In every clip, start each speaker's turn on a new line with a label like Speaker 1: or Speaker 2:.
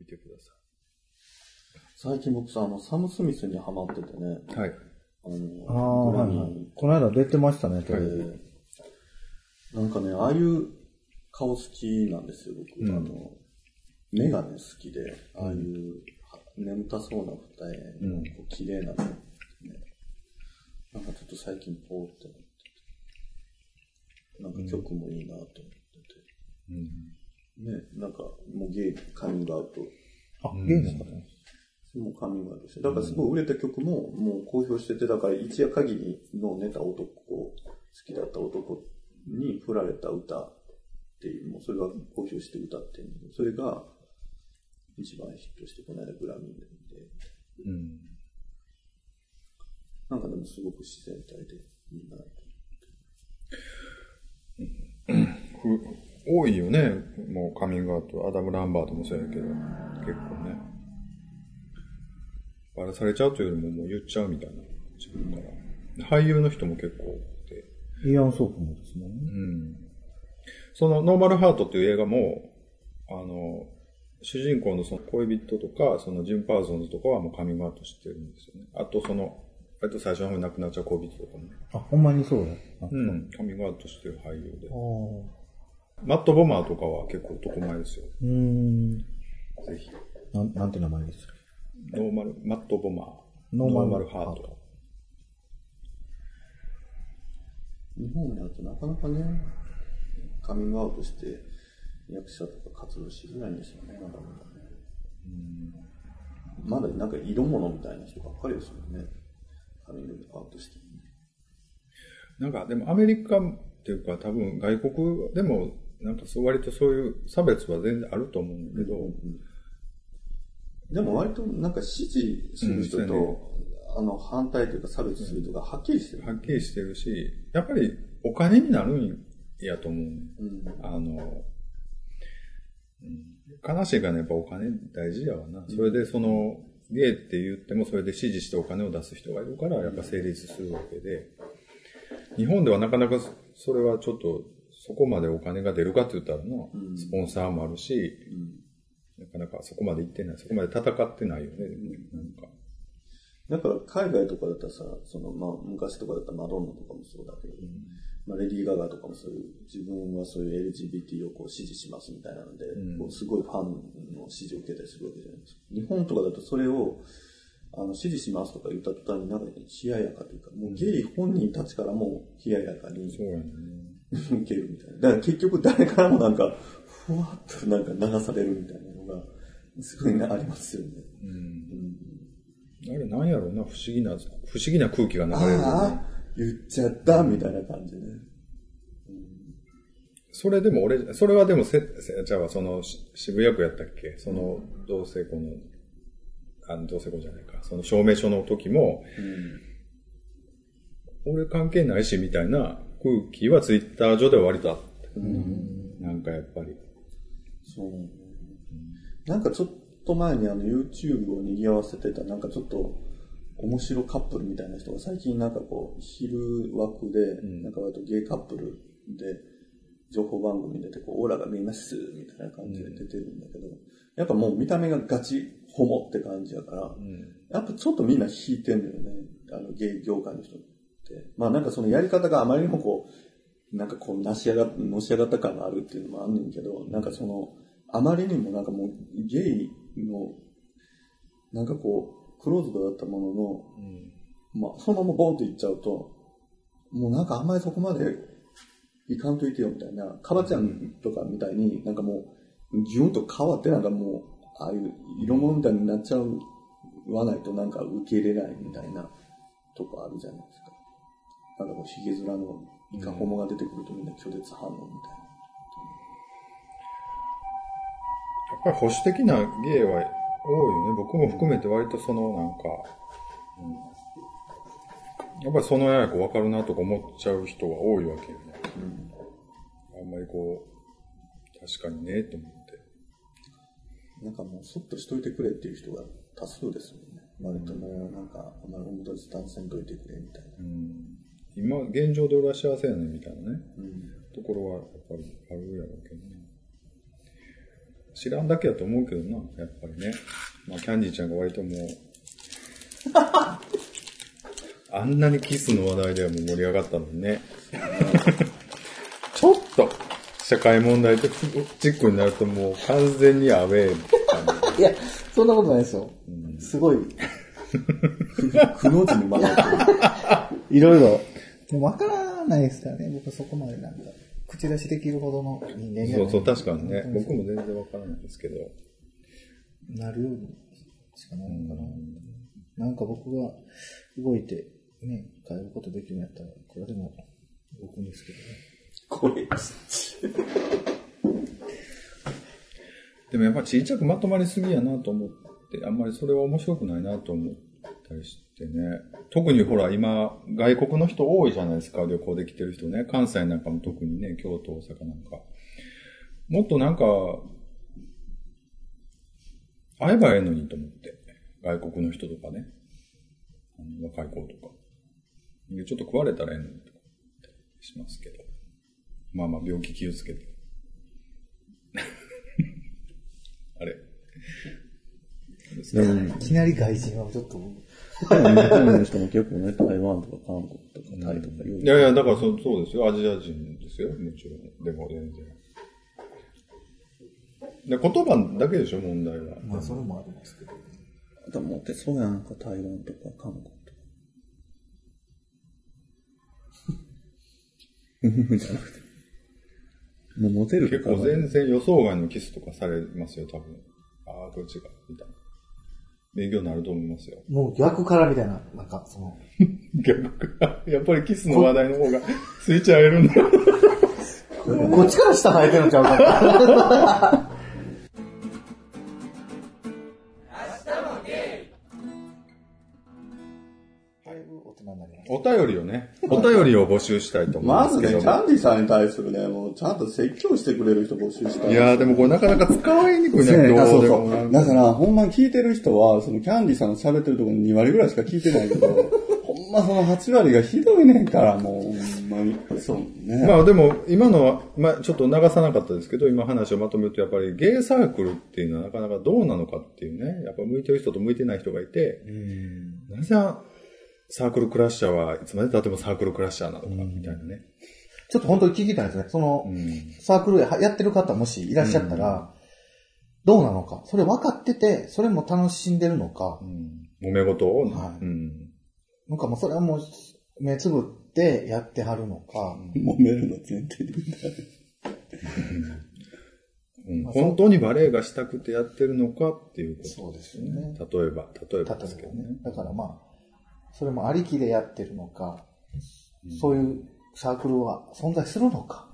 Speaker 1: 見てくださ
Speaker 2: 最近僕さ、あの、サム・スミスにハマっててね、
Speaker 1: い。はい。
Speaker 2: あの、
Speaker 3: ああ、
Speaker 2: グ
Speaker 3: はい
Speaker 2: ラミー
Speaker 3: はい。この間出てましたね、テレビ。
Speaker 1: は
Speaker 2: なんかね、ああいう顔好きなんですよ、僕。
Speaker 1: うん
Speaker 2: あの、目がね、好きで、ああいう、は眠たそうな二重の、
Speaker 3: うん
Speaker 2: こう綺麗な目、ね。なんかちょっと最近ポーってなってて。なんか曲もいいなと思ってて。ね、なんかもうゲイ、カミングアウト。
Speaker 3: あ、ゲームかね。
Speaker 2: もうカミングアウトして。だからすごい売れた曲も、もう公表してて、だから一夜限りの寝た男、好きだった男に振られた歌っていう、もうそれは公表して歌ってんのそれが一番ヒットして、この間グラミーで見て、
Speaker 3: うん。
Speaker 2: なんかでもすごく自然体でいいなと。
Speaker 1: ふ多いよね、もうカミングアウト。アダム・ランバートもそうやけど、結構ね。バラされちゃうというよりももう言っちゃうみたいな、自分から。俳優の人も結構多くて。
Speaker 3: イアン・ソープもですもんね。
Speaker 1: うんその、ノーマルハートっていう映画も、あの、主人公のその恋人とか、そのジム・パーソンズとかはもうカミングアウトしてるんですよね。あとその、あと最初の方に亡くなっちゃう恋人とかも、
Speaker 3: あ、ほんまにそうだ。あ
Speaker 1: うん、カミングアウトしてる俳優で
Speaker 3: あ。ー。
Speaker 1: マット・ボマーとかは結構男前ですよ。
Speaker 3: うーん。ぜ
Speaker 1: ひ。
Speaker 3: なん、なんて名前です
Speaker 1: ノーマル、マット・ボマー。
Speaker 3: ノーマル
Speaker 1: ハート。
Speaker 2: 日本だとなかなかね、カミングアウトして役者とか活動しづらいんですよね、なかなかね。まだなんか色物みたいな人ばっかりですもんね。カミングアウトしてもね。
Speaker 1: なんか、でもアメリカっていうか多分外国でも、なんかそう割とそういう差別は全然あると思うんだけど、
Speaker 2: でも割となんか支持する人
Speaker 1: うん
Speaker 2: と、
Speaker 1: そうやね
Speaker 2: あの反対というか差別するとかはっきりしてる。
Speaker 1: はっきりしてるし、やっぱりお金になるんやと思うね。
Speaker 2: うん
Speaker 1: あの、うん、悲しいからね、やっぱお金大事やわな。それでその、ゲイって言ってもそれで支持してお金を出す人がいるから、やっぱ成立するわけで、日本ではなかなかそれはちょっと、そこまでお金が出るかって言ったらな、
Speaker 2: ん
Speaker 1: スポンサーもあるし、なかなかそこまで行ってない、そこまで戦ってないよね、でもねなんか。
Speaker 2: だから海外とかだったらさ、そのまあ昔とかだったらマドンナとかもそうだけど、まあ、レディー・ガガとかもそういう、自分はそういう LGBT をこう支持しますみたいなので、
Speaker 1: ん
Speaker 2: こうすごいファンの支持を受けたりするわけじゃないですか。日本とかだとそれを、あの支持しますとか言った途端になんか冷ややかというか、もうゲイ本人たちからも冷ややかに、
Speaker 1: そうやね。
Speaker 2: 受けるみたいな。だから結局誰からもなんか、ふわっとなんか流されるみたいなのが、すごいな、ありますよね。
Speaker 1: あれなんやろうな、不思議な、不思議な空気が流れるよね。
Speaker 2: ああ、言っちゃったみたいな感じね。
Speaker 1: それでも俺、それはでもせ、せじゃあそのし渋谷区やったっけその同性婚の、あの同性婚じゃないか、その証明書の時も、俺関係ないしみたいな空気はツイッター上では割とあった。なんかやっぱり。
Speaker 2: そう。なんかちょっと前にあの YouTube を賑わせてた、なんかちょっと、面白カップルみたいな人が最近なんかこう、昼枠で、なんか割とゲイカップルで、情報番組に出て、こう、オーラが見えます、みたいな感じで出てるんだけど、やっぱもう見た目がガチホモって感じやから、やっぱちょっとみんな引いてんだよね、あの、ゲイ業界の人って。まあなんかそのやり方があまりにもこう、なんかこう、なし上が、のし上がった感があるっていうのもあんねんけど、なんかその、あまりにもなんかもう、ゲイの、なんかこう、クローズドだったものの、まあ、そのままボンっていっちゃうと、もうなんかあんまりそこまでいかんといてよみたいな、カバちゃんとかみたいになんかもう、ギュンと変わってなんかもう、ああいう色物みたいになっちゃう、わないとなんか受け入れないみたいなとこあるじゃないですか。なんかこう、ヒゲ面のイカホモが出てくるとみんな拒絶反応みたいな。
Speaker 1: やっぱり保守的な芸は多いよね。僕も含めて割とそのなんか、うん、やっぱりそのややこ分かるなとか思っちゃう人が多いわけよね。あんまりこう、確かにね、と思って。
Speaker 2: なんかもうそっとしといてくれっていう人が多数ですもんね。割ともうなんかあんまり表立たんせんといてくれみたいな。
Speaker 1: 今、現状で俺は幸せやねんみたいなね、
Speaker 2: うん
Speaker 1: ところはやっぱりあるやろうけどね。知らんだけやと思うけどな、やっぱりね。まあ、キャンディーちゃんが割ともう、あんなにキスの話題ではもう盛り上がったのにね。ちょっと、社会問題的チックになるともう完全にアウェーみたいな。
Speaker 2: いや、そんなことないですよ。すごい、
Speaker 4: くの字に曲がってる。
Speaker 2: いろいろ。もうわからないですからね、僕そこまでなんか。口出しできるほどの人間じゃ
Speaker 1: そ
Speaker 2: な
Speaker 1: う
Speaker 2: い
Speaker 1: そう、確かにね。僕も全然わからないですけど。
Speaker 2: なるようにしかないのかな。なんか僕が動いて、ね、変えることできるんやったら、これでも動くんですけどね。
Speaker 4: これ、
Speaker 1: でもやっぱり小さくまとまりすぎやなと思って、あんまりそれは面白くないなと思ったりしてね。特にほら、今、外国の人多いじゃないですか、旅行で来てる人ね。関西なんかも特にね、京都、大阪なんか。もっとなんか、会えばええのにと思って。外国の人とかね。あの若い子とか。でちょっと食われたらええのにとか、しますけど。まあまあ、病気気をつけて。あれ。
Speaker 2: いきなり外人はちょっと僕、
Speaker 4: 日本の人も結構ね、台湾とか韓国とかタイとかよ
Speaker 1: いやいや、だからそそうですよ。アジア人ですよ。もちろん。でも全然。で言葉だけでしょ、問題は。
Speaker 2: まあそれもありますけど、
Speaker 4: あとモテそうやんか、台湾とか韓国とか。じゃなくて。もうモテる
Speaker 1: 結構全然予想外のキスとかされますよ、多分。ああ、こっちが、みたいな。勉強になると思いますよ。
Speaker 2: もう逆からみたいな、なんかその、
Speaker 1: 逆か。やっぱりキスの話題の方がスイッチ入れるんだ。
Speaker 2: こっちから下生えてるんちゃうかって だいぶ大人になりまし
Speaker 1: お便りをね、お便りを募集したいと思い
Speaker 4: ま
Speaker 1: ま
Speaker 4: ず
Speaker 1: すけ
Speaker 4: ね、キ
Speaker 1: ども。
Speaker 4: ャンディさんに対するね、もうちゃんと説教してくれる人募集した
Speaker 1: いやーでもこれなかなか使いにくいね、
Speaker 4: そうやねあ
Speaker 1: ど
Speaker 4: そうう
Speaker 1: で
Speaker 4: そ
Speaker 1: も
Speaker 4: う。だから、ほんまに聞いてる人は、そのキャンディさんの喋ってるところの2割ぐらいしか聞いてないけど、ほんまその8割がひどいねんから、もう、ほんまに。そうね。
Speaker 1: まあでも、今のは、まあちょっと流さなかったですけど、今話をまとめると、やっぱりゲイサークルっていうのはなかなかどうなのかっていうね、やっぱ向いてる人と向いてない人がいて、なぜサークルクラッシャーはいつまで経ってもサークルクラッシャーなのか、みたいなね。
Speaker 2: たちょっと本当に聞きたいですね。その、サークルややってる方もしいらっしゃったら、どうなのか。それ分かってて、それも楽しんでるのか
Speaker 1: う。ん。揉め事を、
Speaker 2: は
Speaker 1: うん。
Speaker 2: なんかもうそれはもう、目つぶってやってはるのか。
Speaker 4: 揉めるの前提で。
Speaker 1: うん本当にバレエがしたくてやってるのかっていうこと。
Speaker 2: そうですよね。
Speaker 1: 例えば、例えばで
Speaker 2: だったんですす
Speaker 1: け
Speaker 2: け
Speaker 1: ど
Speaker 2: ど
Speaker 1: ね
Speaker 2: ね。。だからまあ、それもありきでやってるのか、そういうサークルは存在するのか、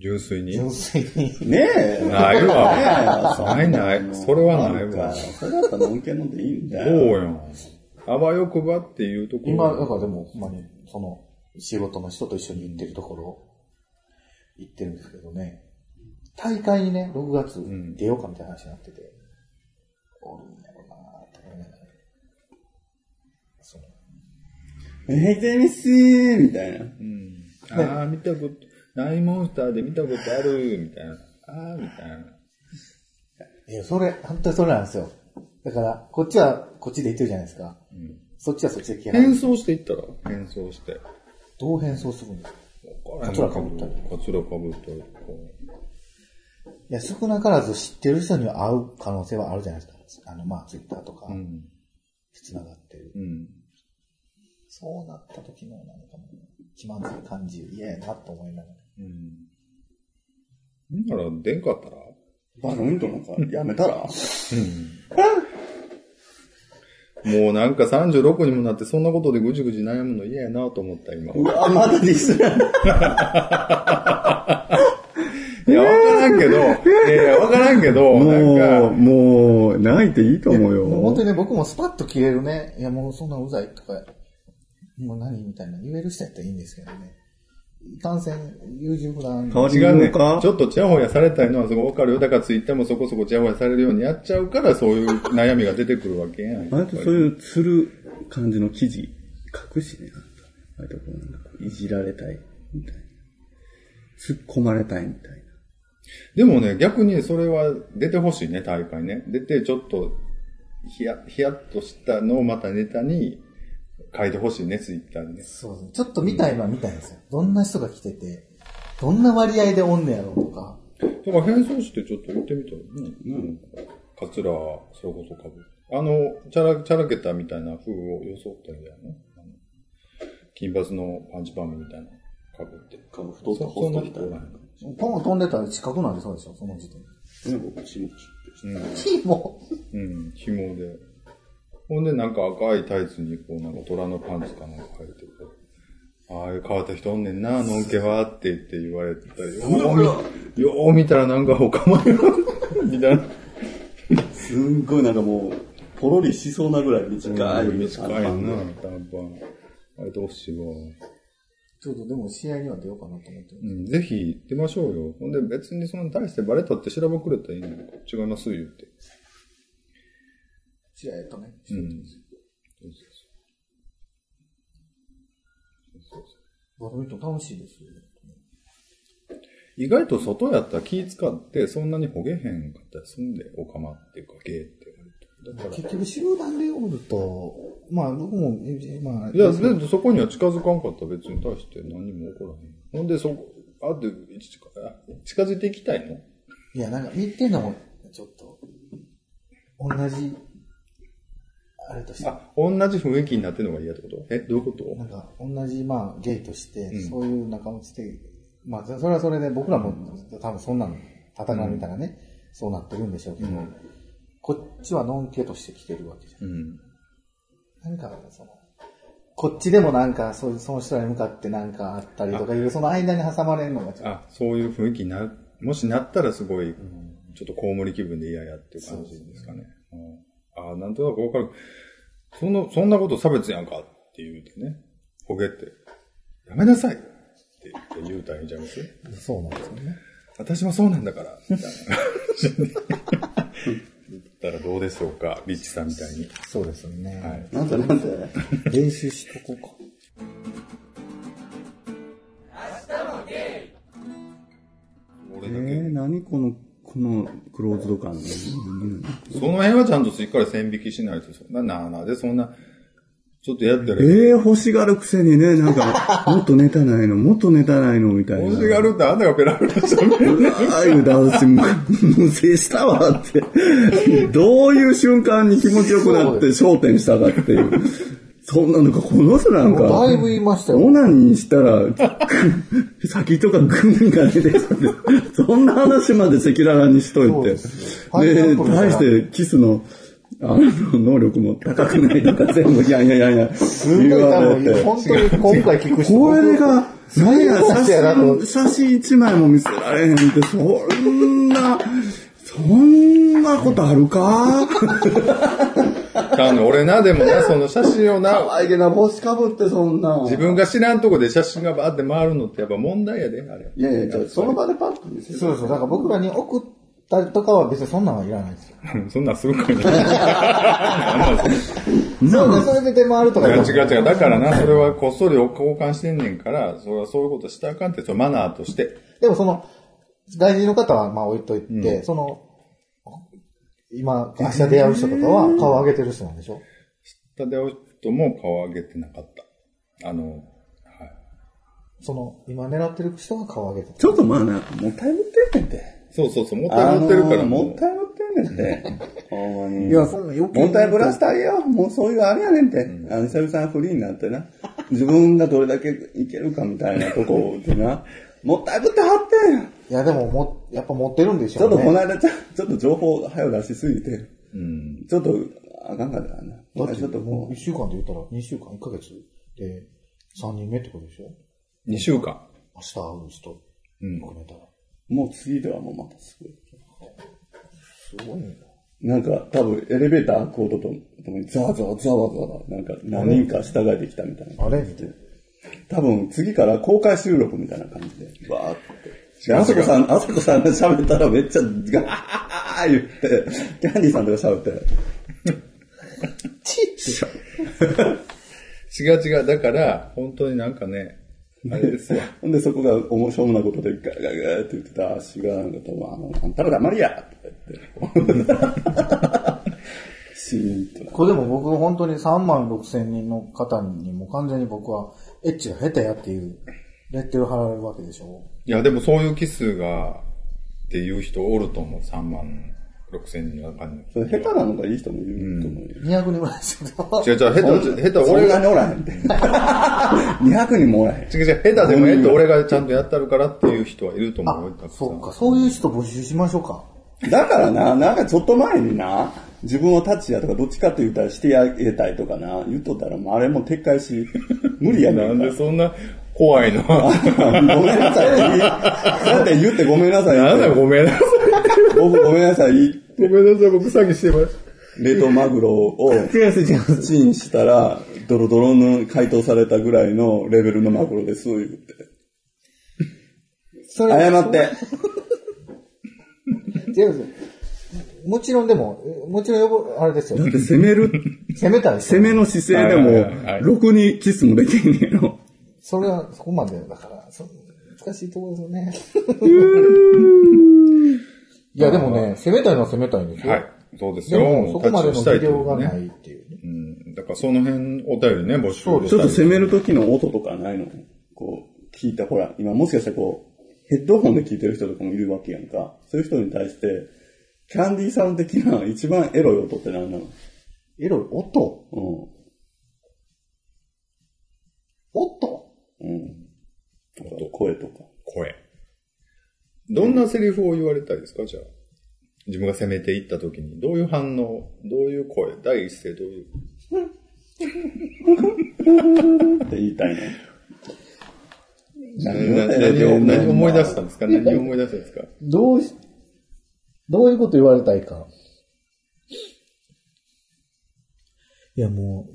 Speaker 1: 純粋に。
Speaker 2: 純粋に。
Speaker 4: ねえ。
Speaker 1: ないわ
Speaker 4: ねえそん
Speaker 1: ないない。それはない
Speaker 4: か
Speaker 1: わ。
Speaker 4: それだったらのんけのんでいいんだ
Speaker 1: そう
Speaker 4: よ。
Speaker 1: やん。あわよくばっていうところ。
Speaker 2: 今、だからでも、ほんまに、その、仕事の人と一緒に行ってるところ、行ってるんですけどね、大会にね、6月
Speaker 1: ん
Speaker 2: 出ようかみたいな話になってて、おるんやろなぁと思いながら。その
Speaker 4: えいてみしーみたいな。
Speaker 1: うん。ああ、見たこと、ナイモンスターで見たことある、みたいな。ああ、みたいな。
Speaker 2: いや、それ、本当にそれなんですよ。だから、こっちはこっちで行ってるじゃないですか。そっちはそっちで来はる
Speaker 1: 変装していったら変装して。
Speaker 2: どう変装するんですか
Speaker 1: カ
Speaker 2: ツラかぶったり
Speaker 1: カツラかぶったりとか。
Speaker 2: いや、少なからず知ってる人には会う可能性はあるじゃないですか。あの、まあ、ツイッターとか、
Speaker 1: うん。
Speaker 2: 繋がってる。
Speaker 1: うん。
Speaker 2: そうなった時の、なんかもう、気まずい感じ、嫌やなと思いながら。
Speaker 1: うん。なら、出んかったら
Speaker 4: バドミントンなんかやめたら
Speaker 1: もうなんか36にもなってそんなことでぐじぐじ悩むの嫌やなと思った、今。
Speaker 4: うわ、まだディスら
Speaker 1: いや、わからんけど、いやいや、わからんけど、なんか、
Speaker 4: もう、ないていいと思う
Speaker 2: もう本当にね、僕もスパッと切れるね。いや、もうそんなうざいとか、もう何みたいな言える人やったらいいんですけどね。いかんせん、優柔不断。
Speaker 4: 変わり
Speaker 1: 違うね。
Speaker 4: 言うか
Speaker 1: ちょっとちやほやされたいのはすごいわかるよ。だからツイッターもそこそこちやほやされるようにやっちゃうから、そういう悩みが出てくるわけやん。
Speaker 4: あれとそういうつる感じの記事書くしね、あんた。あれとこうなんかいじられたいみたいな。突っ込まれたいみたいな。
Speaker 1: でもね、逆にそれは出てほしいね、大会ね。出てちょっと、ひや、ひやっとしたのをまたネタに書いてほしいね、ツイッターにね。
Speaker 5: そうですね。ちょっと見たいのは見たいんですよ。どんな人が来てて、どんな割合でおんねやろうとか。
Speaker 1: だから変装してちょっと言ってみたらね。うん。カツラ、それこそかぶあの、チャラ、チャラけたみたいな風を装ってんだよね。あの金髪のパンチパーマみたいなかぶって。
Speaker 6: か太ったホストみたいな。ね、
Speaker 5: ポン飛んでたら近くなりそうでしょ、その時点で。
Speaker 6: 僕、シモキ
Speaker 5: キー も。
Speaker 1: うん、紐で。ほんで、なんか赤いタイツに、こう、なんか虎のパンツかなんか入ってこうああいう変わった人おんねんな、のんけはって言って言われたり、よう見よう見たらなんかお構いなく、みたいな。
Speaker 6: すんごいなんかもう、ポロリしそうなぐらい短い。
Speaker 1: 短いな、
Speaker 6: 短ね
Speaker 1: 短パン。あれどうしよう。
Speaker 5: ちょっとでも試合には出ようかなと思ってる。
Speaker 1: うん、ぜひ出ましょうよ。ほんで別にその大してバレたって調べくれたらいいのに、違いますよって。
Speaker 5: 試合とね。
Speaker 1: うん。
Speaker 5: バドミントン楽しいですよ。
Speaker 1: 意外と外やったら気使って、そんなにほげへんかったりすんで、おかまっていうか、ゲーって言われて。だか
Speaker 2: 結局集団でおると、まあ僕も、えま
Speaker 1: ら。
Speaker 2: あ、
Speaker 1: いや、全然そこには近づかんかったら別に対して何も起こらへん。ほんで、そこ、あって、一時間あ近づいていきたいの
Speaker 5: いや、なんか見てんのも、ちょっと、同じ、あれとして、
Speaker 1: あ、同じ雰囲気になってるのが嫌ってことえ、どういうこと
Speaker 2: なんか同じ、まあ、ゲイとして、
Speaker 1: ん
Speaker 2: そういう仲持ちで、まあ、そそれはそれで僕らも多分そんなの、戦い見たらね、そうなってるんでしょうけど、
Speaker 1: うん
Speaker 5: こっちはのんけとして来てるわけじゃ
Speaker 1: うん。
Speaker 2: なんか、その、こっちでもなんか、そういう、その人らに向かってなんかあったりとかいう、その間に挟まれるのがちょっ
Speaker 1: あ、そういう雰囲気にな、もしなったらすごい、ちょっとコウモリ気分で嫌やっていう感じですかね。うんあなんとなくわかる。その、そんなこと差別やんかって言うてね、ほげって、やめなさいって言って言うたらいいんちゃいます
Speaker 2: と、そうなんですよね。
Speaker 1: 私もそうなんだから、みたいな。言ったらどうでしょうか、リッチさんみたいに。
Speaker 2: そうですよね。
Speaker 1: はい。
Speaker 6: なんだなんだ
Speaker 2: 練習しとこうか。
Speaker 1: 俺
Speaker 4: え
Speaker 1: だけ、
Speaker 4: ー、何この、このクローズド感。うん
Speaker 1: その辺はちゃんとしっかり線引きしないと、そんな、なあなあでそんな、ちょっとやったら、
Speaker 4: えー、欲しがるくせにね、なんか、もっとネタないの、もっとネタないの、みたいな。
Speaker 1: 欲しがるってあんたがペラペラしゃべる。
Speaker 4: ああいうダンス、む無制したわって。どういう瞬間に気持ちよくなって焦点したかっていう。そんなのか、この人なんか。
Speaker 5: もうだいぶ言いましたよ
Speaker 4: オナニーしたら、く先とかグミが出てきたんでそんな話まで赤裸々にしといて。
Speaker 5: そうですよ
Speaker 4: で、
Speaker 5: パイナップル
Speaker 4: 対してキスの、あの、能力も高くないとか全部、いやいやいやいや、
Speaker 5: す
Speaker 4: 言
Speaker 5: ごい多
Speaker 4: われ
Speaker 5: 分、
Speaker 4: て。
Speaker 5: 本当に今回聞く人、
Speaker 4: これが、何や、
Speaker 5: そう
Speaker 4: 写
Speaker 5: やなと思っ
Speaker 4: 真、写真一枚も見せられへんって、そんな、そんなことあるか
Speaker 1: ちゃうねん俺な、でもな、その写真をな、
Speaker 4: あいげな帽子かぶってそんな。
Speaker 1: 自分が知らんとこで写真がバーって回るのってやっぱ問題やで、あれ。
Speaker 4: いやいや、じゃあその場でパッと見せる。
Speaker 2: そうそう、だから僕らに送ったりとかは別にそんなんはいらないんですよ。
Speaker 1: そんなんすごくない。 あんなんす
Speaker 2: そうで、それで出回るとか
Speaker 1: ごい違
Speaker 2: 言
Speaker 1: う
Speaker 2: って
Speaker 1: 違う違う。だからな、それはこっそり交換してんねんから、それはそういうことしたらあかんって、それマナーとして。
Speaker 2: でもその、外人の方はまあ置いといて、その、今、明日出会う人とかは顔上げてる人なんでしょ
Speaker 1: ただ、夫も顔上げてなかった。あの、
Speaker 2: その、今狙ってる人が顔上げてた。
Speaker 4: ちょっとまあな、もったいぶってんねんて。
Speaker 1: そうそうそう、もったいぶってるから
Speaker 4: あの
Speaker 1: も
Speaker 4: ー
Speaker 1: う
Speaker 4: もったいぶってんねんて。ほんまに。
Speaker 2: いやそんな余計に
Speaker 4: もったいぶらしてあげよう。もうそういうあれやねんて。あの、久々にフリーになってな。自分がどれだけいけるかみたいなとこで な。もったいぶってはってん
Speaker 2: いや、でもも、やっぱ持ってるんでし
Speaker 4: ちょ
Speaker 2: ょう
Speaker 4: っとこ
Speaker 2: ね。
Speaker 4: の間ちょ、ちょっと情報早う出しすぎて、
Speaker 1: うん。
Speaker 4: ちょっと、あかんかったかな。
Speaker 2: だって
Speaker 4: ちょっとも
Speaker 2: 1週間で言ったら2週間、1ヶ月で3人目ってことでしょ
Speaker 1: 2週間。
Speaker 2: 明日会う人
Speaker 1: うん。
Speaker 2: 含めたら。
Speaker 4: う、もう次ではもうまたすごい。
Speaker 2: すごいね。
Speaker 4: なんか、多分エレベーター開く音とともにザワザワザワザワ、なんか何人か従えてきたみたいな。
Speaker 2: あれみたいな。
Speaker 4: 多分次から公開収録みたいな感じで、わーって。で、あそこさん、あそこさんが喋ったらめっちゃガーッ言って、キャンディーさんとか喋って、
Speaker 1: 違う違う。だから、本当になんかね、あれです よ。
Speaker 4: ほんで、そこが面白いなことでガーガーガーって言ってた足が、なんか多分、あの、あんたら黙りやとか言って。シーンとな。
Speaker 2: これでも僕本当に3万6千人の方にも完全に僕は、エッチが下手やっていう、レッテル貼られるわけでしょ
Speaker 1: いや、でもそういうキスが、っていう人おると思う。3万6千人の中に。
Speaker 4: それ下手なのがいい人もいると思うよ。
Speaker 2: ?200 人ぐらいですよ。
Speaker 1: 違う違う、下手、下手、
Speaker 4: それ
Speaker 1: 俺
Speaker 4: が
Speaker 1: が、
Speaker 4: ね、おらへんって。200人もおらへん。
Speaker 1: 違う違う、下手でもええって俺がちゃんとやったるからっていう人はいると思うよ。たくさん
Speaker 2: そうか、そういう人募集しましょうか。
Speaker 4: だからな、なんかちょっと前にな、自分をタッチやとかどっちかって言ったらしてあげたいとかな、言っとったらもうあれも撤回し、無理やね
Speaker 1: なん
Speaker 4: んか
Speaker 1: で
Speaker 4: ら。
Speaker 1: そんな怖いの
Speaker 4: ごめんなさい。だって言ってごめんなさ い。
Speaker 1: なんだよごめんなさい。
Speaker 4: 僕ごめんなさい。
Speaker 1: ごめんなさい、僕詐欺してます。
Speaker 4: 冷凍マグロを
Speaker 7: 違います、違います。
Speaker 4: チンしたら、ドロドロの解凍されたぐらいのレベルのマグロです、言って。
Speaker 2: それ、
Speaker 4: 謝って。
Speaker 2: 違うんですよもちろんでも、もちろんよぼ、あれですよ。
Speaker 4: 攻める、
Speaker 2: 攻めたい
Speaker 4: 攻めの姿勢
Speaker 1: は
Speaker 4: で
Speaker 1: いはいはいは
Speaker 4: も、
Speaker 1: い
Speaker 4: ろくにキスもできんねやろ。
Speaker 2: それはそこまでだから、そ難しいところですよね。 いや、でもね、攻めたいのは攻めたいんですよ。
Speaker 1: はい。そうです
Speaker 2: で
Speaker 1: よ。
Speaker 2: も、そこまで
Speaker 1: タッチを
Speaker 2: の
Speaker 1: した
Speaker 2: 技
Speaker 1: いとい
Speaker 2: 量
Speaker 1: う
Speaker 2: が
Speaker 1: ね
Speaker 2: ないっていうね。
Speaker 1: うん。だからその辺お便りね、募集
Speaker 2: そうで
Speaker 4: ちょっと
Speaker 1: せ
Speaker 4: 攻める時の音とかないのこう、聞いた、ほら、今もしかしたらこう、ヘッドホンで聞いてる人とかもいるわけやんか。そういう人に対して、キャンディーさん的な一番エロい音って何なの
Speaker 2: エロい、音
Speaker 4: う
Speaker 2: 音
Speaker 4: ん。うん。とか、声とか。
Speaker 1: 声。どんなセリフを言われたいですかじゃあ。自分が攻めていった時に、どういう反応、どういう声、第一声どういう。
Speaker 4: って言いたいの。
Speaker 1: な何を、何を思い出したんですか何を思い出したんですか
Speaker 8: どうし、どういうこと言われたいか。
Speaker 7: いや、も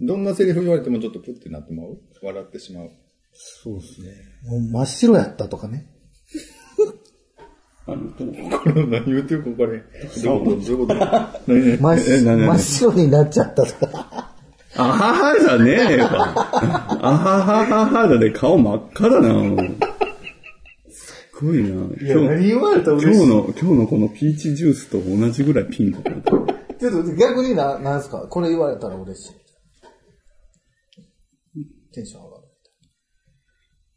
Speaker 1: どんなセリフ言われてもちょっとプッてなってまう笑ってしまう。
Speaker 8: もう真っ白やったとかね。
Speaker 4: 何言ってんの
Speaker 1: これ何言ってるか分からへん。どういうことどういうこと何々
Speaker 8: 真っ
Speaker 4: え何何
Speaker 8: 真っ白になっちゃったとか。
Speaker 4: あははじゃねえよ。あははははだで顔真っ赤だな。すごいな。今日
Speaker 2: 言われた
Speaker 4: 今日の、今日のこのピーチジュースと同じぐらいピンクだな。
Speaker 2: ちょっと逆にな、なんすかこれ言われたら嬉しい。テンション上がるみたい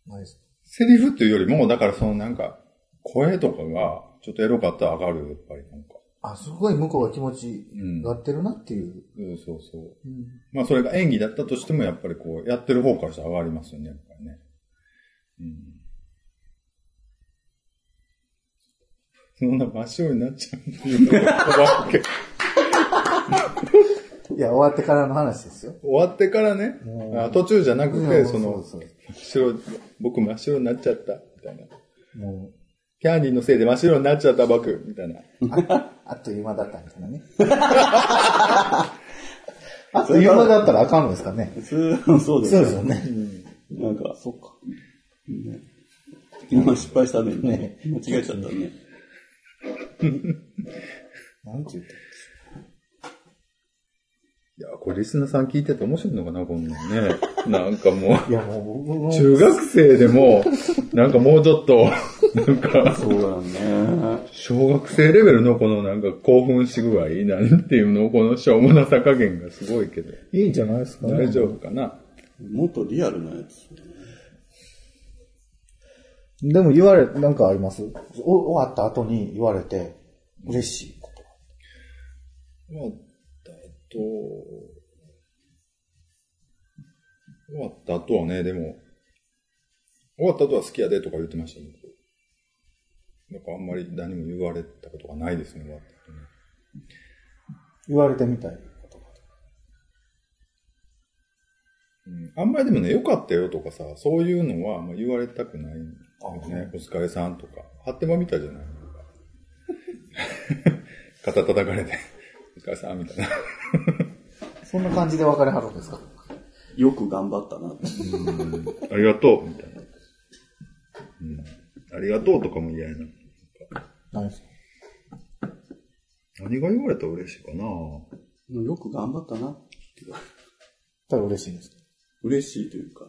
Speaker 2: な。ないです
Speaker 1: セリフっていうよりも、だからそのなんか、声とかが、ちょっとエロかったら上がるよ、やっぱりなんか。
Speaker 2: あ、すごい向こうが気持ちがってるなっていう。
Speaker 1: そうそうそう。まあそれが演技だったとしても、やっぱりこう、やってる方からしたら上がりますよね、やっぱりね。うん。そんな真っ白になっちゃうっていうのが怖いけど
Speaker 2: いや、終わってからの話ですよ。
Speaker 1: 終わってからね、あ途中じゃなく
Speaker 2: う
Speaker 1: て、
Speaker 2: ん
Speaker 1: その、
Speaker 2: そうそう
Speaker 1: 白い、僕真っ白になっちゃった、みたいな。
Speaker 2: も
Speaker 1: キャンディーのせいで真っ白になっちゃった僕、みたいな。
Speaker 2: う、あっという間だったみたいなね。 あっという間だったらあかんのですかね。
Speaker 4: そうそうですよ
Speaker 2: よね。
Speaker 4: なんか、
Speaker 2: そっか。
Speaker 4: 今失敗したね。間違えちゃったね。
Speaker 2: なんて言って。
Speaker 1: いや、これリスナーさん聞いてて面白いのかな、こんなん ね。なんかも
Speaker 2: いや、もう僕
Speaker 1: う、
Speaker 2: も、
Speaker 1: 中学生でも、なんかもうちょっと、なんか、
Speaker 4: そうだね。
Speaker 1: 小学生レベルのこのなんか興奮し具合なんていうのこのしょうもなさ加減がすごいけど、
Speaker 7: う、いいんじゃないですかね。
Speaker 1: 大丈夫かな
Speaker 4: もっとリアルなやつ。
Speaker 2: でも言われ、なんかありますお終わった後に言われて、嬉しいこと。
Speaker 1: 終わった後、終わった後はね、でも、終わった後は好きやでとか言ってましたね。なんかあんまり何も言われたことがないですね、終わった後ね。
Speaker 2: 言われてみたいこと。
Speaker 1: うんあんまりでもね、良かったよとかさ、そういうのはあんま言われたくないんだよね。お疲れさんとか。ハッテマみたいじゃないなんか 肩叩かれて、お疲れさんみたいな。
Speaker 2: そんな感じで別れはるんですか
Speaker 4: よく頑張ったなって。
Speaker 1: ありがとうみたいな。うん。ありがとうとかも嫌やな。
Speaker 2: ないですか
Speaker 1: 何が言われたら嬉しいかな
Speaker 4: よく頑張ったな。
Speaker 2: ただ嬉しいんですか
Speaker 4: 嬉しいというか、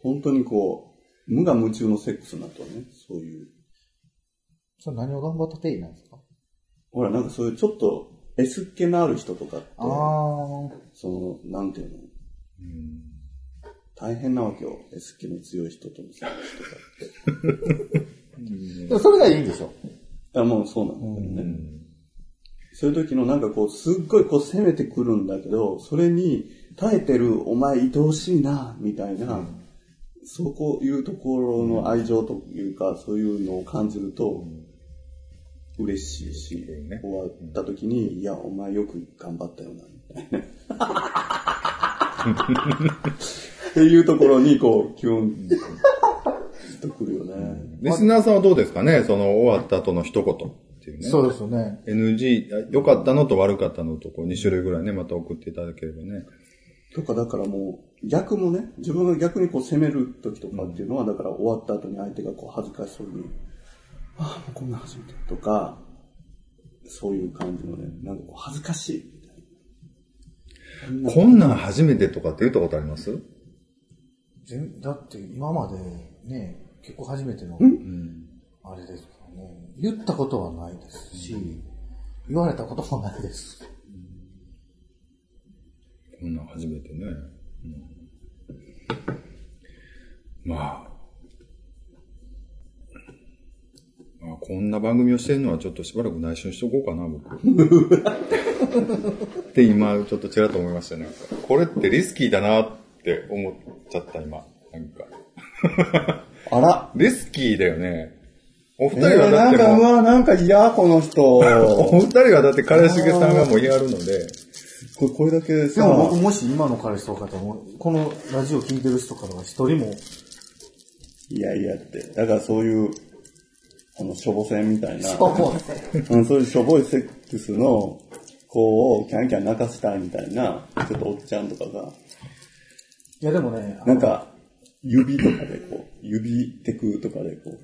Speaker 4: 本当にこう、無我夢中のセックスになったわね。そういう。
Speaker 9: それ何を頑張ったペイなんですか
Speaker 4: ほら、なんかそういうちょっと、エスっ気のある人とかって、
Speaker 9: ああ。
Speaker 4: その、なんていうの、大変なわけよ。エスっ気の強い人ともさ。
Speaker 9: でもそれがいいんでしょ
Speaker 4: あ、もうそうなんだよね。そういう時のなんかこう、すっごいこう攻めてくるんだけど、それに耐えてるお前愛おしいな、みたいな、そうこういうところの愛情というか、そういうのを感じると、嬉しいし、
Speaker 1: ね
Speaker 4: 終わった時に、いや、お前よく頑張ったよな、みたいな。 っていうところに、こう、キュン とくるよね。
Speaker 1: リスナーさんはどうですかねその終わった後の一言っていうね。
Speaker 2: そうですよね。
Speaker 1: NG、あ良かったのと悪かったのと、こう2種類ぐらいね、また送っていただければね。
Speaker 4: とか、だからもう、逆もね、自分が逆にこう攻める時とかっていうのは、だから終わった後に相手がこう恥ずかしそうに、ああ、もうこんなん初めて。とか、そういう感じのね、なんかこう恥ずかしいみたい
Speaker 1: こんなん初めてとかって言ったことあります
Speaker 2: 全だって今までね、結構初めての、あれですからね、言ったことはないですし、言われたこともないです。
Speaker 1: こんなん初めてね。うんまあ。まあ、こんな番組をしてるのはちょっとしばらく内緒にしとこうかな、僕。 って今、ちょっとちらっと思いましたね。なんかこれってリスキーだなって思っちゃった、今。なんか。
Speaker 4: な。あら
Speaker 1: リスキーだよね。お二
Speaker 4: え
Speaker 1: 人は
Speaker 4: ー、
Speaker 1: だ
Speaker 4: な
Speaker 1: っ
Speaker 4: ん
Speaker 1: て
Speaker 4: か、う
Speaker 1: もう、
Speaker 4: わ、なんか嫌、こ の人。
Speaker 1: お二人はだって、彼氏げさんがもうやるので、
Speaker 4: これこれだけ
Speaker 2: で
Speaker 4: さ、
Speaker 2: も僕もし今の彼氏とかでも、このラジオ聞いてる人からは一人も、
Speaker 4: いやいやって。だからそういう、あの、しょぼせんみたいな。
Speaker 2: こ
Speaker 4: うん、そういうしょぼいセックスの子をキャンキャン泣かせたいみたいな、ちょっとおっちゃんとかが、
Speaker 2: いやでもね、あ
Speaker 4: な
Speaker 2: の
Speaker 4: んか、指とかでこう、指テクとかでこ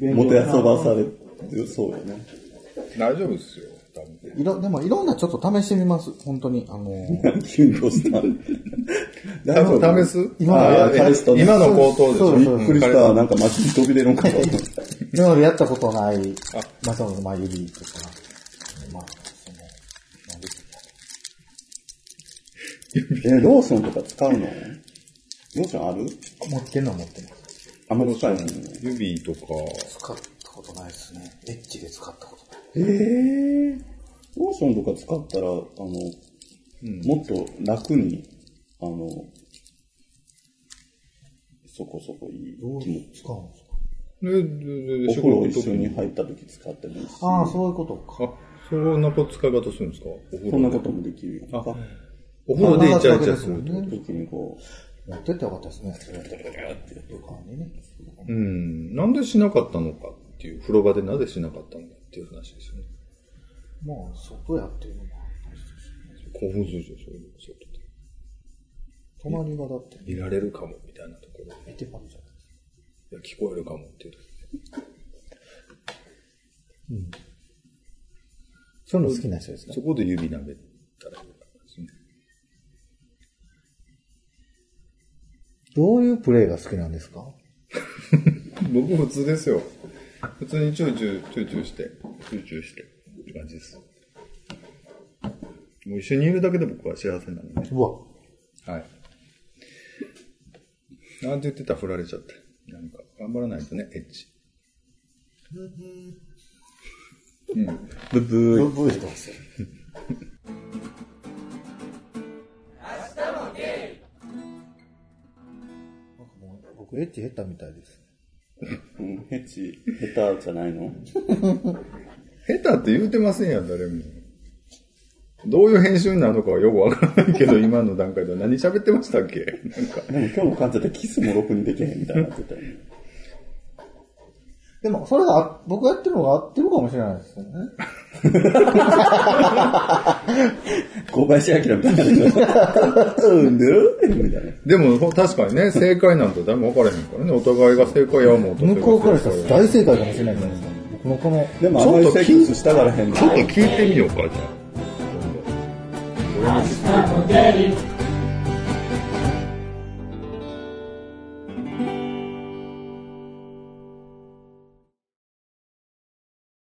Speaker 4: う、もてあそばされてそうよね。
Speaker 1: 大丈夫ですよ、多分。
Speaker 2: いろ、でもいろんなちょっと試してみます、本当に。あの、
Speaker 4: キュンとした。
Speaker 1: 多分試す
Speaker 2: 今の
Speaker 1: あ
Speaker 4: や彼氏とね
Speaker 1: 今の口頭でし
Speaker 2: そ
Speaker 1: ょ
Speaker 2: うそう
Speaker 4: びっくりした。なんか街に飛び出る のかと思った
Speaker 2: 今までやったことない、まさのまあ指とか、まあ、その、
Speaker 4: え、ローションとか使うのローションある
Speaker 2: 持ってんのは持ってない。
Speaker 4: あんまり使えないのね。
Speaker 1: 指とか、
Speaker 2: 使ったことないですね。エッチで使ったことない。
Speaker 4: えー、ローションとか使ったら、あの、もっと楽に、あの、そこそこいい気持ち。
Speaker 2: 使うんですか
Speaker 1: ねでで
Speaker 4: お
Speaker 1: で
Speaker 4: 風呂
Speaker 1: 仕
Speaker 4: 一
Speaker 1: 事
Speaker 4: 緒
Speaker 1: の時
Speaker 4: に入った時使ってもいいし、
Speaker 2: ああ、そういうことか。
Speaker 1: あ、そんなこと使い方するんですかお風
Speaker 4: そんな
Speaker 1: 呂で
Speaker 4: こ。ともできるよ。
Speaker 1: お風呂でイチャイチャすると。
Speaker 4: 時にこ
Speaker 2: 持ってってよかったですね。旅館にね。
Speaker 1: うん。なんでしなかったのかっていう、風呂場でなぜしなかったのかっていう話ですよね。
Speaker 2: まあ、外やっていうのもありますし
Speaker 1: 興奮するでしょ、そういうの外で。
Speaker 2: 隣がだって
Speaker 1: 見られるかも、みたいなところで。
Speaker 2: 見てはるじゃないですか。
Speaker 1: いや、聞こえるかもっていうとこ
Speaker 9: そういうの好きな人です
Speaker 1: ろ
Speaker 9: か
Speaker 1: で。そこで指舐めたらよかったですね。
Speaker 9: どういうプレイが好きなんですか
Speaker 1: 僕普通ですよ。普通にチューチュー、チューチューして、チューチューして、って感じです。もう一緒にいるだけで僕は幸せなので。
Speaker 2: うわ、
Speaker 1: はい。なんて言ってたら振られちゃって。なんか、頑張らないとね、エッチ。
Speaker 4: う、ブブー。
Speaker 2: 覚えてますよ。
Speaker 9: なんかもう僕、エッチ減ったみたいです。
Speaker 4: うん、ヘチ、下手じゃないの
Speaker 1: 下手って言うてませんやん、誰も。どういう編集になるのかはよくわからないけど、今の段階では何喋ってましたっけなんか。
Speaker 4: でも今日も感じでキスもろくにできへんみたいになってたよ ね。
Speaker 9: でも、それがあ、僕がやってるのが合ってるかもしれないですよね。
Speaker 4: 小林明みたいな。うん、ぬみたいな。
Speaker 1: でも、ほ確かにね、正解なんて誰も分からへんからね、お互いが正解や思うと。
Speaker 9: 向こうからしたら大正解かもしれないじゃないですか。僕のこの、
Speaker 4: でもあんまりセックスしたがらへんの
Speaker 1: ちょっと聞いてみようか、じゃあ。
Speaker 10: 明日もゲイ